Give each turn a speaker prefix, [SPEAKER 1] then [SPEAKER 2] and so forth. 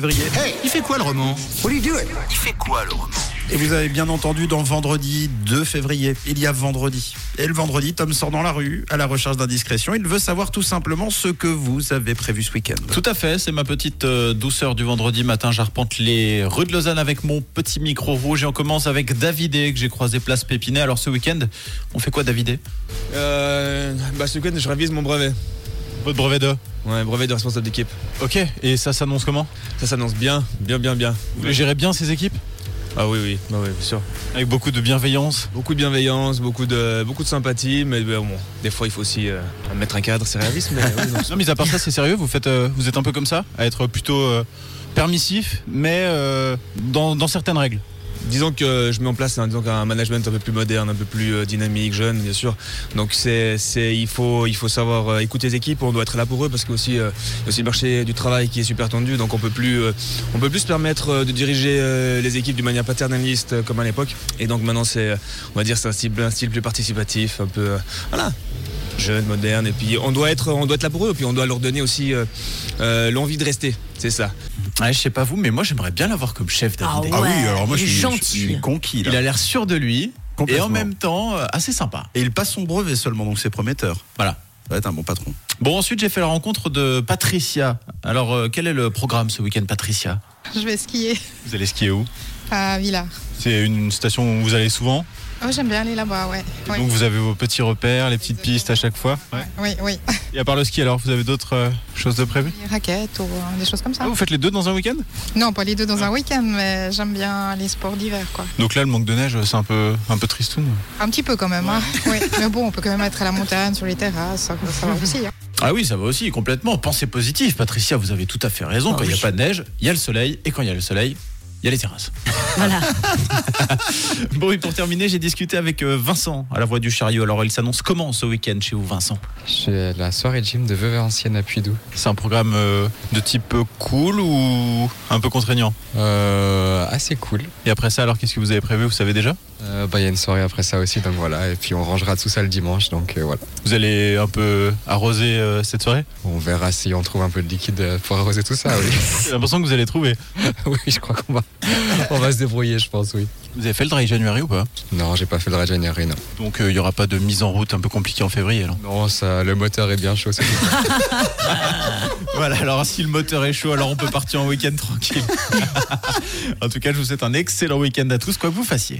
[SPEAKER 1] février. Il fait quoi le roman Il fait quoi le roman Et vous avez bien entendu dans vendredi 2 février, il y a vendredi. Et le vendredi, Tom sort dans la rue à la recherche d'indiscrétion. Il veut savoir tout simplement ce que vous avez prévu ce week-end.
[SPEAKER 2] Tout à fait, c'est ma petite euh, douceur du vendredi matin. J'arpente les rues de Lausanne avec mon petit micro rouge et on commence avec Davidé que j'ai croisé place Pépinet. Alors ce week-end, on fait quoi E Davidé
[SPEAKER 3] Euh, bah ce week-end je révise mon brevet.
[SPEAKER 2] Votre brevet de
[SPEAKER 3] Ouais, brevet de responsable d'équipe.
[SPEAKER 2] Ok, et ça s'annonce comment
[SPEAKER 3] Ça s'annonce bien, bien, bien, bien.
[SPEAKER 2] Vous les gérez bien ces équipes
[SPEAKER 3] Ah oui, oui, bah oui, bien sûr.
[SPEAKER 2] Avec beaucoup de bienveillance.
[SPEAKER 3] Beaucoup de bienveillance, beaucoup de, beaucoup de sympathie, mais bah, bon, des fois il faut aussi euh, mettre un cadre, c'est réaliste, mais oui, non.
[SPEAKER 2] Non, mis à part ça, c'est sérieux, vous, faites, euh, vous êtes un peu comme ça À être plutôt euh, permissif, mais euh, dans, dans certaines règles.
[SPEAKER 3] disons que je mets en place un, disons, un management un peu plus moderne, un peu plus euh, dynamique, jeune, bien sûr. Donc c'est, c'est, il faut, il faut savoir euh, écouter les équipes, on doit être là pour eux parce que aussi, euh, il y a aussi le marché du travail qui est super tendu, donc on peut plus, euh, on peut plus se permettre euh, de diriger euh, les équipes d'une manière paternaliste euh, comme à l'époque. Et donc maintenant c'est, euh, on va dire, c'est un style, un style plus participatif, un peu, euh, voilà. Jeune, moderne, et puis on doit être, on doit être là pour eux, et puis on doit leur donner aussi euh, euh, l'envie de rester, c'est ça.
[SPEAKER 2] Ouais, Ah, je sais pas vous, mais moi j'aimerais bien l'avoir comme chef Davidé.
[SPEAKER 1] Ah oui,
[SPEAKER 4] Ouais,
[SPEAKER 1] alors moi
[SPEAKER 4] il
[SPEAKER 1] je
[SPEAKER 4] est
[SPEAKER 1] suis, je
[SPEAKER 4] gentil.
[SPEAKER 1] suis conquis. là.
[SPEAKER 2] Il a l'air sûr de lui et
[SPEAKER 1] Complètement.
[SPEAKER 2] en même temps euh, assez sympa.
[SPEAKER 1] Et il passe son brevet seulement, donc c'est prometteur.
[SPEAKER 2] Voilà.
[SPEAKER 1] Ça va être un bon patron.
[SPEAKER 2] Bon, ensuite, j'ai fait la rencontre de Patricia. Alors, euh, quel est le programme ce week-end, Patricia
[SPEAKER 5] Je vais skier
[SPEAKER 2] Vous allez skier où
[SPEAKER 5] à Villars.
[SPEAKER 2] C'est une station où vous allez souvent.
[SPEAKER 5] Oh, j'aime bien aller là-bas, ouais.
[SPEAKER 2] Et
[SPEAKER 5] Ouais.
[SPEAKER 2] Donc, vous avez vos petits repères, les petites pistes à chaque fois. Ouais.
[SPEAKER 5] Oui, oui.
[SPEAKER 2] Et à part le ski, alors, vous avez d'autres euh, choses de prévues
[SPEAKER 5] Des raquettes ou euh, des choses comme ça.
[SPEAKER 2] Ah, Vous faites les deux dans un week-end
[SPEAKER 5] Non, pas les deux dans un week-end, mais j'aime bien les sports d'hiver, quoi.
[SPEAKER 2] Donc là, le manque de neige, c'est un peu, un peu tristoun.
[SPEAKER 5] Un petit peu quand même, hein. Oui. Mais bon, on peut quand même être à la montagne, sur les terrasses, ça ça va aussi. hein.
[SPEAKER 2] Ah oui, ça va aussi, complètement. Pensez positif, Patricia, vous avez tout à fait raison. quand il n'y a pas de neige, il y a le soleil. Et quand il y a le soleil, il y a les terrasses.
[SPEAKER 4] Voilà.
[SPEAKER 2] bon, et pour terminer, j'ai discuté avec euh, Vincent à la voix du chariot. Alors, il s'annonce comment ce week-end chez vous, Vincent
[SPEAKER 6] J'ai la soirée gym de Vevey-Ancienne à Puydou.
[SPEAKER 2] C'est un programme euh, de type euh, cool ou un peu contraignant
[SPEAKER 6] Euh, assez cool.
[SPEAKER 2] Et après ça, alors qu'est-ce que vous avez prévu Vous savez déjà
[SPEAKER 6] Euh, bah, Il y a une soirée après ça aussi, donc voilà. Et puis on rangera tout ça le dimanche, donc euh, voilà.
[SPEAKER 2] Vous allez un peu arroser euh, cette soirée
[SPEAKER 6] On verra si on trouve un peu de liquide euh, pour arroser tout ça, oui.
[SPEAKER 2] J'ai l'impression que vous allez trouver.
[SPEAKER 6] oui, je crois qu'on va, on va se débrouiller, je pense, oui.
[SPEAKER 2] Vous avez fait le dry January ou pas
[SPEAKER 6] Non, j'ai pas fait le Rajanery, non.
[SPEAKER 2] Donc euh, il n'y aura pas de mise en route un peu compliquée en février. Alors.
[SPEAKER 6] Non, ça, le moteur est bien chaud, c'est tout.
[SPEAKER 2] Voilà, alors si le moteur est chaud, alors on peut partir en week-end tranquille. en tout cas, je vous souhaite un excellent week-end à tous, quoi que vous fassiez.